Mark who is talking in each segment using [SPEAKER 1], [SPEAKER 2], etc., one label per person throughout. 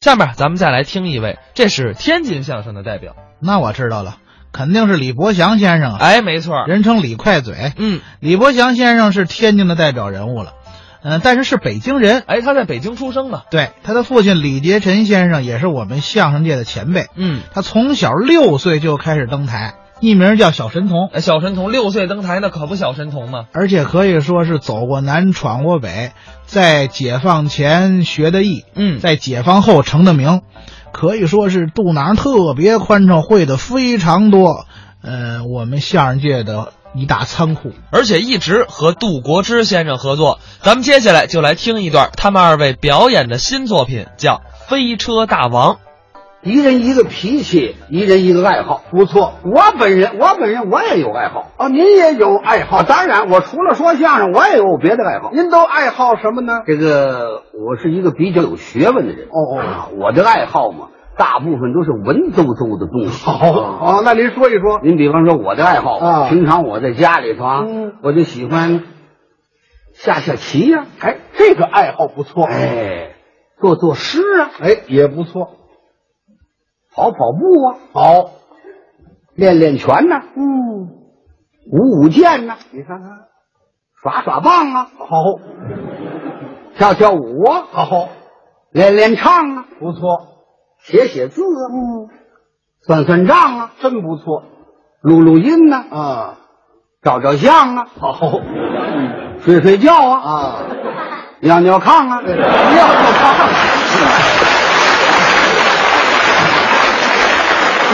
[SPEAKER 1] 下面咱们再来听一位，这是天津相声的代表。
[SPEAKER 2] 那我知道了，肯定是李伯祥先生啊，
[SPEAKER 1] 哎，没错儿，
[SPEAKER 2] 人称李快嘴。
[SPEAKER 1] 嗯，
[SPEAKER 2] 李伯祥先生是天津的代表人物了，嗯、但是是北京人。
[SPEAKER 1] 哎，他在北京出生嘛。
[SPEAKER 2] 对，他的父亲李杰臣先生也是我们相声界的前辈。
[SPEAKER 1] 嗯，
[SPEAKER 2] 他从小六岁就开始登台，艺名叫小神童，
[SPEAKER 1] 哎小神童六岁登台，那可不小神童嘛。
[SPEAKER 2] 而且可以说是走过南闯过北，在解放前学的艺，
[SPEAKER 1] 嗯
[SPEAKER 2] 在解放后成的名，可以说是肚囊特别宽敞，会的非常多。呃，我们相声界的一大仓库。
[SPEAKER 1] 而且一直和杜国之先生合作。咱们接下来就来听一段他们二位表演的新作品，叫《飞车大王》。
[SPEAKER 3] 一人一个脾气，一人一个爱好，不错。我本人，我本人我也有爱好哦，您也有爱好。当然，我除了说相声，我也有别的爱好。您都爱好什么呢？这个我是一个比较有学问的人。哦哦、我的爱好嘛，大部分都是文绉绉的东西。好
[SPEAKER 4] 哦，那您说一说。
[SPEAKER 3] 您比方说我的爱好
[SPEAKER 4] 啊
[SPEAKER 3] 平常我在家里头啊，
[SPEAKER 4] 嗯
[SPEAKER 3] 我就喜欢下下棋呀、
[SPEAKER 4] 哎，这个爱好不错，
[SPEAKER 3] 哎，做做诗啊，
[SPEAKER 4] 哎，也不错。
[SPEAKER 3] 跑跑步啊，
[SPEAKER 4] 好，
[SPEAKER 3] 练练拳呐、
[SPEAKER 4] 嗯，
[SPEAKER 3] 舞舞剑呐、
[SPEAKER 4] 你看看，
[SPEAKER 3] 耍耍棒啊，
[SPEAKER 4] 好，
[SPEAKER 3] 跳跳舞啊，
[SPEAKER 4] 好，
[SPEAKER 3] 练练唱啊，
[SPEAKER 4] 不错，
[SPEAKER 3] 写写字啊，嗯，算算账啊，
[SPEAKER 4] 真不错
[SPEAKER 3] 录录音呐、
[SPEAKER 4] 啊。
[SPEAKER 3] 照照相啊，
[SPEAKER 4] 好
[SPEAKER 3] 睡睡觉啊，
[SPEAKER 4] 啊，
[SPEAKER 3] 尿尿炕 啊，尿尿炕，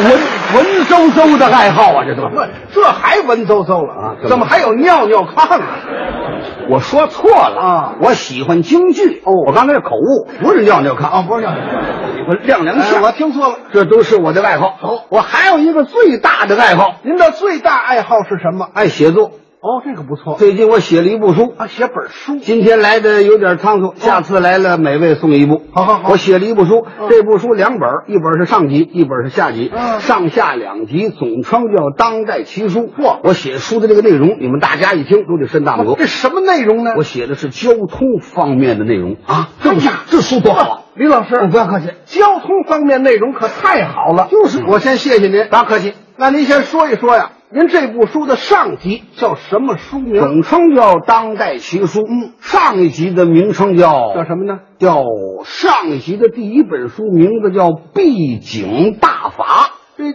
[SPEAKER 3] 文文绉绉的爱好啊，这都
[SPEAKER 4] 不，这还文绉绉了
[SPEAKER 3] 啊
[SPEAKER 4] 怎么还有尿尿炕啊？
[SPEAKER 3] 我说错了
[SPEAKER 4] 啊
[SPEAKER 3] 我喜欢京剧哦，我刚才是口误，不是尿尿炕，
[SPEAKER 4] 啊，不是尿尿
[SPEAKER 3] 喜欢亮
[SPEAKER 4] 炕，
[SPEAKER 3] 亮
[SPEAKER 4] 哎
[SPEAKER 3] 相。
[SPEAKER 4] 我听错了。哦
[SPEAKER 3] 这都是我的爱好。
[SPEAKER 4] 好
[SPEAKER 3] 我还有一个最大的爱好，
[SPEAKER 4] 您的最大爱好是什么？
[SPEAKER 3] 爱写作。
[SPEAKER 4] 哦，这个不错
[SPEAKER 3] 最近我写了一部书，
[SPEAKER 4] 啊，写本书。
[SPEAKER 3] 今天来的有点仓促，下次来了每位送一部。
[SPEAKER 4] 哦好好好
[SPEAKER 3] 我写了一部书，
[SPEAKER 4] 嗯
[SPEAKER 3] 这部书两本，一本是上集，一本是下集，
[SPEAKER 4] 嗯
[SPEAKER 3] 上下两集，总称叫《当代奇书》。哇，我写书的这个内容，你们大家一听都得伸大拇哥。
[SPEAKER 4] 这什么内容呢？
[SPEAKER 3] 我写的是交通方面的内容
[SPEAKER 4] 哎
[SPEAKER 3] 啊，这
[SPEAKER 4] 呀，
[SPEAKER 3] 这书多好啊！
[SPEAKER 4] 李老师，
[SPEAKER 3] 不要客气，
[SPEAKER 4] 交通方面内容可太好了。
[SPEAKER 3] 就是
[SPEAKER 4] 我先谢谢您。
[SPEAKER 3] 不要客气，
[SPEAKER 4] 那您先说一说呀，您这部书的上集叫什么书名？
[SPEAKER 3] 总称叫《当代奇书》。嗯，上一集的名称叫
[SPEAKER 4] 叫什么呢？
[SPEAKER 3] 叫上一集的第一本书名字叫《闭景大法》。
[SPEAKER 4] 这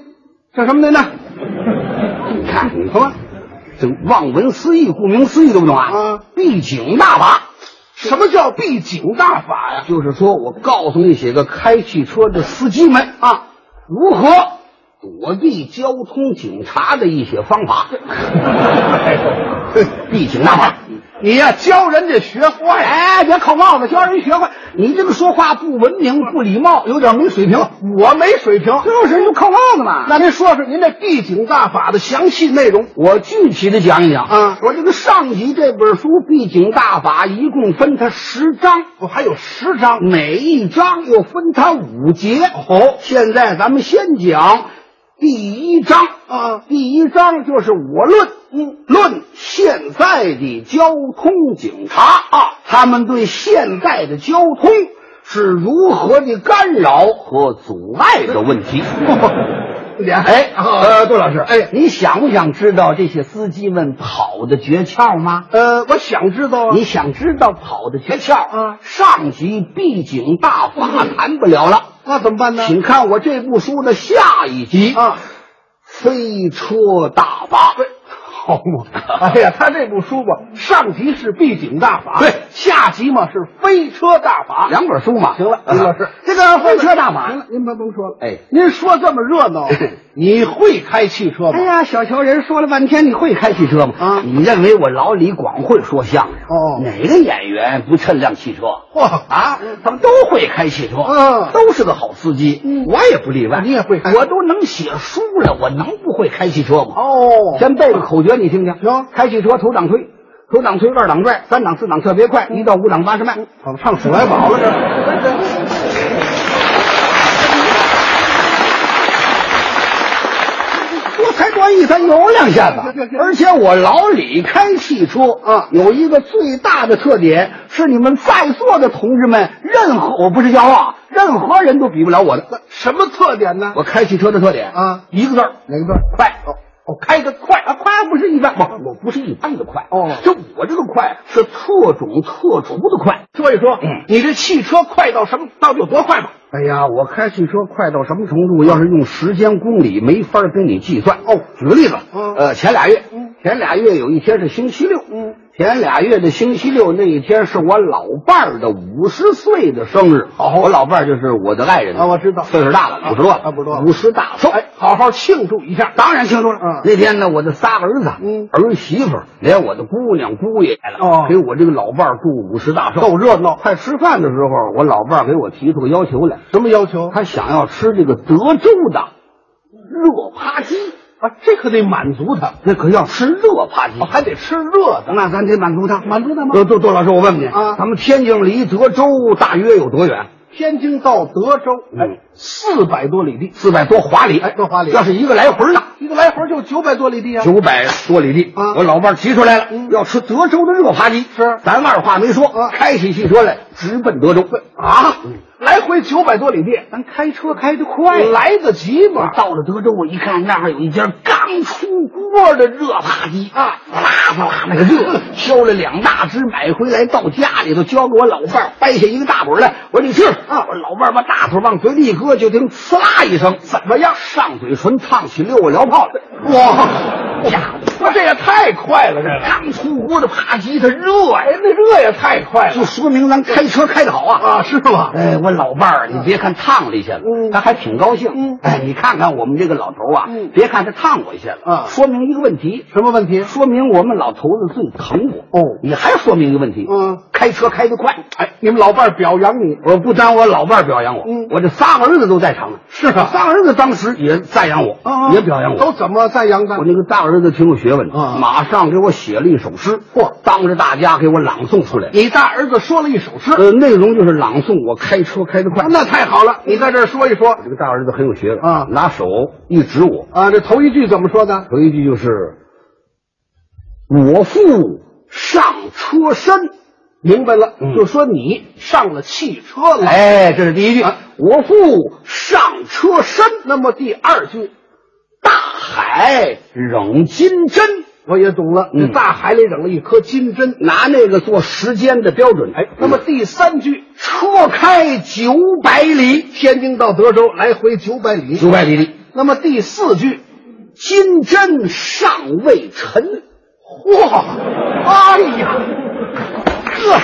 [SPEAKER 4] 叫什么来呢？
[SPEAKER 3] 你看，你说这望文思义，顾名思义，懂不懂啊？
[SPEAKER 4] 啊，
[SPEAKER 3] 闭景大法，
[SPEAKER 4] 什么叫闭景大法呀？
[SPEAKER 3] 就是说我告诉那些个开汽车的司机们啊，如何躲避交通警察的一些 方法。闭景大法。
[SPEAKER 4] 你呀、教人家学佛呀！
[SPEAKER 3] 哎，别扣帽子，教人学会。你这个说话不文明、不礼貌，有点没水平。
[SPEAKER 4] 我没水平，
[SPEAKER 3] 就是就扣帽子嘛。
[SPEAKER 4] 那您说说您这闭景大法的详细内容？
[SPEAKER 3] 我具体的讲一讲
[SPEAKER 4] 啊
[SPEAKER 3] 我这个上集这本书《闭景大法》一共分它十章，
[SPEAKER 4] 我哦还有十章。
[SPEAKER 3] 每一章又分它五节。
[SPEAKER 4] 哦
[SPEAKER 3] 现在咱们先讲第一章
[SPEAKER 4] 啊
[SPEAKER 3] 第一章就是我论，嗯，论现在的交通警察啊，他们对现在的交通是如何的干扰和阻碍的问 题。
[SPEAKER 4] 脸
[SPEAKER 3] 哎，
[SPEAKER 4] 呃，杜老师，
[SPEAKER 3] 哎，，你想不想知道这些司机们跑的诀窍吗？
[SPEAKER 4] 呃，我想知道啊
[SPEAKER 3] 你想知道跑的诀窍
[SPEAKER 4] 啊
[SPEAKER 3] 上集闭景大法谈不了了，
[SPEAKER 4] 那怎么办呢？
[SPEAKER 3] 请看我这部书的下一集
[SPEAKER 4] 嗯
[SPEAKER 3] 《
[SPEAKER 4] 啊，
[SPEAKER 3] 飞车大法》。
[SPEAKER 4] 好嘛！ 哎呀，他这部书吧，上集是闭景大法，
[SPEAKER 3] 对
[SPEAKER 4] 下集嘛是飞车大法。
[SPEAKER 3] 两本书嘛，嗯
[SPEAKER 4] 行了，李老师，
[SPEAKER 3] 这个飞车大
[SPEAKER 4] 行了
[SPEAKER 3] 法，，
[SPEAKER 4] 您甭甭说了。
[SPEAKER 3] 哎
[SPEAKER 4] 您说这么热 闹， 你会开汽车
[SPEAKER 3] 哎
[SPEAKER 4] 吗？
[SPEAKER 3] 呀，小瞧人说了半天，你会开汽车吗？
[SPEAKER 4] 啊
[SPEAKER 3] 你认为我老李广会说相声？
[SPEAKER 4] 哦
[SPEAKER 3] 哪个演员不趁辆汽车？
[SPEAKER 4] 嚯
[SPEAKER 3] 啊，他们都会开汽车，
[SPEAKER 4] 嗯
[SPEAKER 3] 都是个好司机，
[SPEAKER 4] 嗯
[SPEAKER 3] 我也不例外。
[SPEAKER 4] 你也会开
[SPEAKER 3] 我都能写书了，我能不会开汽车吗？
[SPEAKER 4] 哦
[SPEAKER 3] 先背个口诀，你听听。
[SPEAKER 4] 行
[SPEAKER 3] 开汽车头档推，头档推，二档拽，三档四档特别快，一到五档八十迈。
[SPEAKER 4] 怎嗯么唱鼠来宝了这？
[SPEAKER 3] 多才多艺，他油两下子
[SPEAKER 4] 对对。对
[SPEAKER 3] 而且我老李开汽车
[SPEAKER 4] 啊
[SPEAKER 3] 有一个最大的特点是你们在座的同志们，任何我不是骄傲啊，任何人都比不了我的。
[SPEAKER 4] 什么特点呢？
[SPEAKER 3] 我开汽车的特点
[SPEAKER 4] 啊
[SPEAKER 3] 一个字儿
[SPEAKER 4] 哪个字儿？
[SPEAKER 3] 快。
[SPEAKER 4] 哦，开的快
[SPEAKER 3] 啊，快不是一般，我我不是一般的快
[SPEAKER 4] 哦
[SPEAKER 3] 就我这个快是特种特除的快。
[SPEAKER 4] 说一说，
[SPEAKER 3] 嗯
[SPEAKER 4] 你这汽车快到什么？到底有多快吧？
[SPEAKER 3] 哎呀，我开汽车快到什么程度？要是用时间公里，没法跟你计算。哦，举个例子，
[SPEAKER 4] 嗯
[SPEAKER 3] 呃，前俩月，
[SPEAKER 4] 嗯
[SPEAKER 3] 前俩月有一天是星期六，
[SPEAKER 4] 嗯，
[SPEAKER 3] 前俩月的星期六那一天是我老伴儿的五十岁的生日。哦，我老伴儿就是我的爱人
[SPEAKER 4] 啊我知道
[SPEAKER 3] 岁数大了，五十多了，
[SPEAKER 4] 差不多
[SPEAKER 3] 五十大寿。
[SPEAKER 4] 哎，好好庆祝一下。
[SPEAKER 3] 当然清楚了。
[SPEAKER 4] 嗯
[SPEAKER 3] 那天呢，我的仨儿子、
[SPEAKER 4] 嗯
[SPEAKER 3] 儿媳妇儿，连我的姑娘姑爷来了，
[SPEAKER 4] 哦
[SPEAKER 3] 给我这个老伴儿祝五十大寿，
[SPEAKER 4] 够热闹
[SPEAKER 3] 快吃饭的时候，我老伴儿给我提出个要求来，
[SPEAKER 4] 什么要求？
[SPEAKER 3] 他想要吃这个德州的热扒鸡，
[SPEAKER 4] 啊，这可得满足他，
[SPEAKER 3] 那可要吃热扒鸡。
[SPEAKER 4] 哦还得吃热的。
[SPEAKER 3] 那咱得满足他，
[SPEAKER 4] 满足他吗
[SPEAKER 3] 呃杜杜老师，我问问你，
[SPEAKER 4] 啊
[SPEAKER 3] 咱们天津离德州大约有多远？
[SPEAKER 4] 天津到德州，
[SPEAKER 3] 嗯
[SPEAKER 4] 哎，四百多里地，
[SPEAKER 3] 四百多华里。
[SPEAKER 4] 哎多华里
[SPEAKER 3] 要是一个来回呢？
[SPEAKER 4] 一个来回就九百多里地啊。
[SPEAKER 3] 九百多里地，
[SPEAKER 4] 啊
[SPEAKER 3] 我老伴儿提出来了，
[SPEAKER 4] 嗯
[SPEAKER 3] 要吃德州的热扒鸡。
[SPEAKER 4] 是
[SPEAKER 3] 咱二话没说，
[SPEAKER 4] 啊
[SPEAKER 3] 开起汽车来，直奔德州。
[SPEAKER 4] 啊，来回九百多里地，咱开车开得快来得及吗？
[SPEAKER 3] 到了德州，我一看那儿有一家刚出锅的热扒鸡
[SPEAKER 4] 啊
[SPEAKER 3] 哗啦哗啦那个热，挑了两大只买回来，到家里头交给我老伴儿，掰下一个大腿来，我说你吃啊，我老伴儿把大腿往嘴里一搁，就听呲啦一声，怎么样？上嘴唇烫起六个燎泡来，哇呀！
[SPEAKER 4] 那这也太快了，这个。
[SPEAKER 3] 刚出锅的扒鸡，它热呀、
[SPEAKER 4] 哎，那这也太快
[SPEAKER 3] 就
[SPEAKER 4] 了。
[SPEAKER 3] 说明咱开车开得好啊！
[SPEAKER 4] 啊是吗
[SPEAKER 3] 哎，我老伴儿，你别看烫了一下子，
[SPEAKER 4] 嗯
[SPEAKER 3] 他还挺高兴。
[SPEAKER 4] 嗯
[SPEAKER 3] 哎，你看看我们这个老头啊，
[SPEAKER 4] 嗯
[SPEAKER 3] 别看他烫我一下子，
[SPEAKER 4] 啊
[SPEAKER 3] 说明一个问题，
[SPEAKER 4] 什么问题？
[SPEAKER 3] 说明我们老头子最疼我。
[SPEAKER 4] 哦
[SPEAKER 3] 你还说明一个问题，
[SPEAKER 4] 嗯，
[SPEAKER 3] 开车开得快。
[SPEAKER 4] 哎，你们老伴儿表扬你，
[SPEAKER 3] 我不单我老伴儿表扬我，
[SPEAKER 4] 嗯
[SPEAKER 3] 我这仨儿子都在场呢。
[SPEAKER 4] 是啊
[SPEAKER 3] 仨儿子当时也赞扬我，也表扬我，
[SPEAKER 4] 哦都怎么赞扬的
[SPEAKER 3] 我？那个大儿子挺有学问的，
[SPEAKER 4] 啊
[SPEAKER 3] 马上给我写了一首诗，嚯，当着大家给我朗诵出来。
[SPEAKER 4] 你大儿子说了一首诗，
[SPEAKER 3] 呃，内容就是朗诵我开车开得快。嗯
[SPEAKER 4] 那太好了，你在这儿说一说
[SPEAKER 3] 这个大儿子很有学问
[SPEAKER 4] 啊
[SPEAKER 3] 拿手一指我，
[SPEAKER 4] 啊。这头一句怎么说的？
[SPEAKER 3] 头一句就是“我父上车身
[SPEAKER 4] 明白了，
[SPEAKER 3] 嗯
[SPEAKER 4] 就说你上了汽车”，了。
[SPEAKER 3] 哎，这是第一句。
[SPEAKER 4] 啊
[SPEAKER 3] 我父上车身，
[SPEAKER 4] 那么第二句
[SPEAKER 3] 大海扔金针，
[SPEAKER 4] 我也懂了，
[SPEAKER 3] 嗯
[SPEAKER 4] 这大海里整了一颗金针。
[SPEAKER 3] 拿那个做时间的标准。嗯
[SPEAKER 4] 哎，那么第三句，
[SPEAKER 3] 车开九百里，
[SPEAKER 4] 天津到德州来回九百里。
[SPEAKER 3] 九百里里，
[SPEAKER 4] 那么第四句，
[SPEAKER 3] 金针尚未沉。
[SPEAKER 4] 嚯，哎呀，这。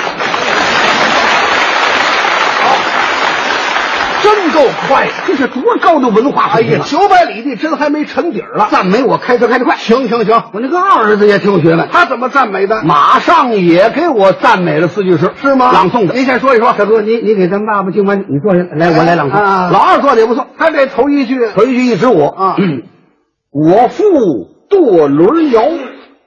[SPEAKER 4] 真够快的！
[SPEAKER 3] 这是多高的文化
[SPEAKER 4] 哎
[SPEAKER 3] 水平
[SPEAKER 4] 呀，
[SPEAKER 3] 啊！
[SPEAKER 4] 九百里地真还没沉底儿了。
[SPEAKER 3] 赞美我开车开得快。
[SPEAKER 4] 行行行，
[SPEAKER 3] 我那个二儿子也挺有学问，
[SPEAKER 4] 他怎么赞美的？
[SPEAKER 3] 马上也给我赞美了四句诗，
[SPEAKER 4] 是吗
[SPEAKER 3] 朗诵的。
[SPEAKER 4] 您先说一说
[SPEAKER 3] 大哥，你你给咱爸爸敬完礼，你坐下来，我来朗诵。
[SPEAKER 4] 啊
[SPEAKER 3] 老二做的也不错，
[SPEAKER 4] 他这头一句
[SPEAKER 3] 头一句一指我
[SPEAKER 4] 啊
[SPEAKER 3] 嗯我父舵轮摇，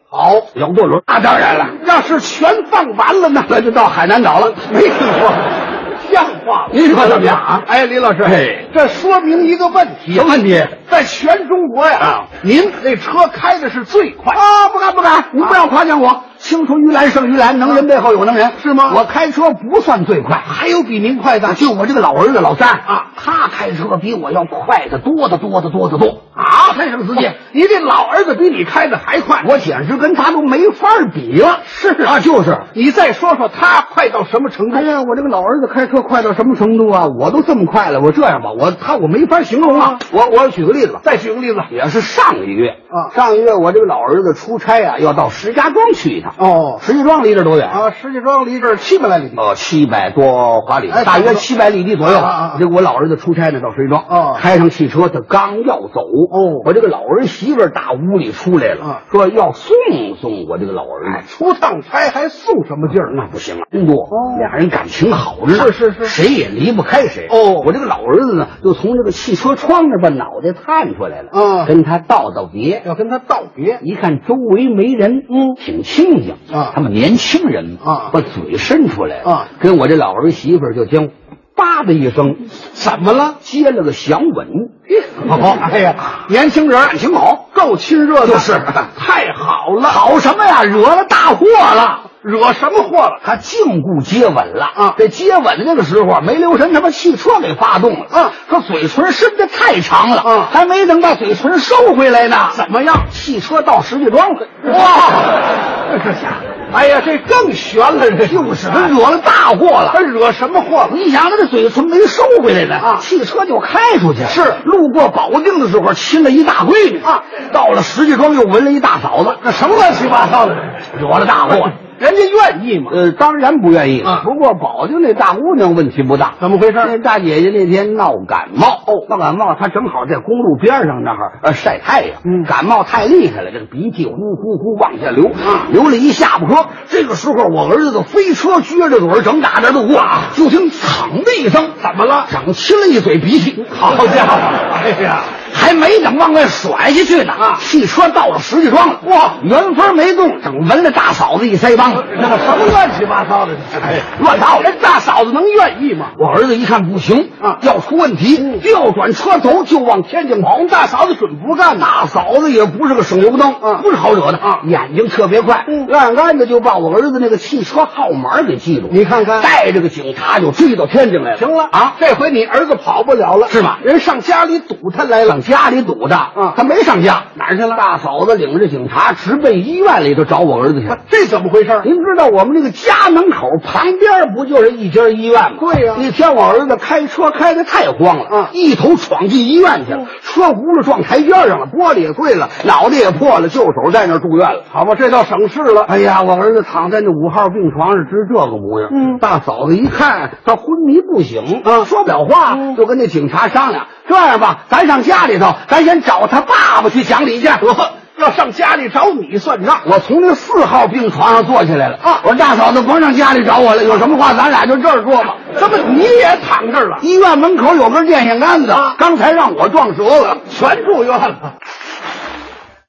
[SPEAKER 3] 好摇舵轮，那当然了，
[SPEAKER 4] 要是全放完了呢，
[SPEAKER 3] 那就到海南岛了，没听说。
[SPEAKER 4] 像话吗？
[SPEAKER 3] 您说怎么样啊
[SPEAKER 4] 哎，李老师，
[SPEAKER 3] 哎
[SPEAKER 4] 这说明一个问题，啊
[SPEAKER 3] 什么问题？
[SPEAKER 4] 在全中国呀，
[SPEAKER 3] 啊
[SPEAKER 4] 您那车开的是最快。
[SPEAKER 3] 啊，不敢不敢，您不要夸奖我。青出于蓝胜于蓝，能人背后有能人，
[SPEAKER 4] 啊是吗
[SPEAKER 3] 我开车不算最快，
[SPEAKER 4] 还有比您快的？
[SPEAKER 3] 就我这个老儿子老三
[SPEAKER 4] 啊，
[SPEAKER 3] 他开车比我要快的多得多得多得多啊！还什么司机？
[SPEAKER 4] 您这老儿子比你开的还快。
[SPEAKER 3] 我简直跟他都没法比了。是啊，就是。
[SPEAKER 4] 你再说说他快到什么程度
[SPEAKER 3] 哎？呀，我这个老儿子开车快到什么程度啊？我都这么快了，我这样吧，我他我没法形容啊。我我举个例子吧，
[SPEAKER 4] 再举个例子，
[SPEAKER 3] 也是上个月
[SPEAKER 4] 啊
[SPEAKER 3] 上个月我这个老儿子出差啊，要到石家庄去一趟。
[SPEAKER 4] 哦
[SPEAKER 3] 石家庄离这多远？
[SPEAKER 4] 啊，石家庄离这儿七百来里地。
[SPEAKER 3] 呃，七百多华里，
[SPEAKER 4] 哎
[SPEAKER 3] 大
[SPEAKER 4] 差
[SPEAKER 3] 约
[SPEAKER 4] 不多
[SPEAKER 3] 七百里地左右。
[SPEAKER 4] 啊啊啊
[SPEAKER 3] 这个我老儿子出差呢，到石家庄，
[SPEAKER 4] 哦
[SPEAKER 3] 开上汽车，他刚要走，
[SPEAKER 4] 哦
[SPEAKER 3] 我这个老儿媳妇儿打屋里出来了，
[SPEAKER 4] 啊
[SPEAKER 3] 说要送送我这个老儿子。
[SPEAKER 4] 哎，出趟差还送什么劲儿？
[SPEAKER 3] 那不行啊，工作、
[SPEAKER 4] 哦
[SPEAKER 3] 俩人感情好着
[SPEAKER 4] 是
[SPEAKER 3] 呢，
[SPEAKER 4] 是是
[SPEAKER 3] 谁也离不开谁。
[SPEAKER 4] 哦
[SPEAKER 3] 我这个老儿子呢，就从这个汽车窗那把脑袋探出来了，
[SPEAKER 4] 嗯
[SPEAKER 3] 跟他道道别。
[SPEAKER 4] 要跟他道别。
[SPEAKER 3] 一看周围没人，
[SPEAKER 4] 嗯
[SPEAKER 3] 挺清静
[SPEAKER 4] 啊
[SPEAKER 3] 他们年轻人
[SPEAKER 4] 啊
[SPEAKER 3] 把嘴伸出来
[SPEAKER 4] 啊
[SPEAKER 3] 跟我这老儿媳妇儿就听，叭的一声，
[SPEAKER 4] 怎么了？
[SPEAKER 3] 接了个响吻。 啊
[SPEAKER 4] 哦，哎呀，年轻人感情好，够亲热的，
[SPEAKER 3] 就是
[SPEAKER 4] 太好了。好什么呀？惹了大祸了。惹什么祸了？
[SPEAKER 3] 他禁锢接吻了
[SPEAKER 4] 啊
[SPEAKER 3] 这接吻的那个时候啊没留神，他把汽车给发动了
[SPEAKER 4] 啊！
[SPEAKER 3] 说嘴唇伸的太长了
[SPEAKER 4] 啊
[SPEAKER 3] 还没等把嘴唇收回来呢，
[SPEAKER 4] 怎么样？
[SPEAKER 3] 汽车到石家庄了！
[SPEAKER 4] 哇，这家伙，哎呀，这更悬了，这
[SPEAKER 3] 就是啊惹了大祸了
[SPEAKER 4] 他。惹什么祸了？
[SPEAKER 3] 你想，他这嘴唇没收回来呢
[SPEAKER 4] 啊
[SPEAKER 3] 汽车就开出去了。
[SPEAKER 4] 是
[SPEAKER 3] 路过保定的时候亲了一大闺女
[SPEAKER 4] 啊
[SPEAKER 3] 到了石家庄又闻了一大嫂子，
[SPEAKER 4] 那什么乱七八糟的？哎
[SPEAKER 3] 惹了大祸。
[SPEAKER 4] 人家愿意吗？
[SPEAKER 3] 呃，当然不愿意。
[SPEAKER 4] 啊
[SPEAKER 3] 不过保定那大姑娘问题不大，
[SPEAKER 4] 怎么回事
[SPEAKER 3] 那大姐姐那天闹感冒，哦，闹感冒，她正好在公路边上那儿呃晒太阳，
[SPEAKER 4] 嗯
[SPEAKER 3] 感冒太厉害了，这个鼻涕呼呼呼往下流，
[SPEAKER 4] 啊
[SPEAKER 3] 流了一下巴颏。这个时候，我儿子的飞车撅着嘴正打着路过，就听“嘡”的一声，
[SPEAKER 4] 啊怎么了？
[SPEAKER 3] 长亲了一嘴鼻涕，
[SPEAKER 4] 好家 伙！哎呀，
[SPEAKER 3] 还没等往外甩下去呢，
[SPEAKER 4] 啊
[SPEAKER 3] 汽车到了石家庄了，
[SPEAKER 4] 哇
[SPEAKER 3] 原封没动，整闻了大嫂子一腮帮子，
[SPEAKER 4] 那什么乱七八糟的？哎呀，
[SPEAKER 3] 乱套
[SPEAKER 4] 人大嫂子能愿意吗？
[SPEAKER 3] 我儿子一看不行
[SPEAKER 4] 啊
[SPEAKER 3] 要出问题，调转车头就往天津跑。大嫂子准不干，大嫂子也不是个省油灯，
[SPEAKER 4] 嗯
[SPEAKER 3] 不是好惹的
[SPEAKER 4] 啊
[SPEAKER 3] 眼睛特别快，
[SPEAKER 4] 嗯
[SPEAKER 3] 暗暗的就把我儿子那个汽车号码给记住。
[SPEAKER 4] 你看看
[SPEAKER 3] 带着个警察就追到天津来了。
[SPEAKER 4] 行了
[SPEAKER 3] 啊，
[SPEAKER 4] 这回你儿子跑不了了，
[SPEAKER 3] 是吗
[SPEAKER 4] 人上家里堵他来了
[SPEAKER 3] 上，家里堵的，
[SPEAKER 4] 啊
[SPEAKER 3] 他没上家，哪儿去了？大嫂子领着警察直奔医院里头找我儿子去了。
[SPEAKER 4] 这怎么回事？
[SPEAKER 3] 您知道我们那个家门口旁边不就是一家医院吗？
[SPEAKER 4] 对呀
[SPEAKER 3] 那天我儿子开车开的太慌了，
[SPEAKER 4] 啊哦
[SPEAKER 3] 一头闯进医院去了，车轱辘撞台阶上了，玻璃也碎了，脑袋也破了，就手在那儿住院了。
[SPEAKER 4] 好吧，这倒省事了。
[SPEAKER 3] 哎呀，我儿子躺在那五号病床上，直这个模样。
[SPEAKER 4] 嗯
[SPEAKER 3] 大嫂子一看他昏迷不醒，
[SPEAKER 4] 啊
[SPEAKER 3] 说不了话，就跟那警察商量，这样吧，咱上家里头，咱先找他爸爸去讲理去。
[SPEAKER 4] 我要上家里找你算账。
[SPEAKER 3] 我从那四号病床上坐起来了
[SPEAKER 4] 啊
[SPEAKER 3] 我说大嫂子甭上家里找我了，有什么话咱俩就这儿说吧。
[SPEAKER 4] 怎么啊你也躺这儿了？啊
[SPEAKER 3] 医院门口有根电线杆子，刚才让我撞折了，
[SPEAKER 4] 全住院了。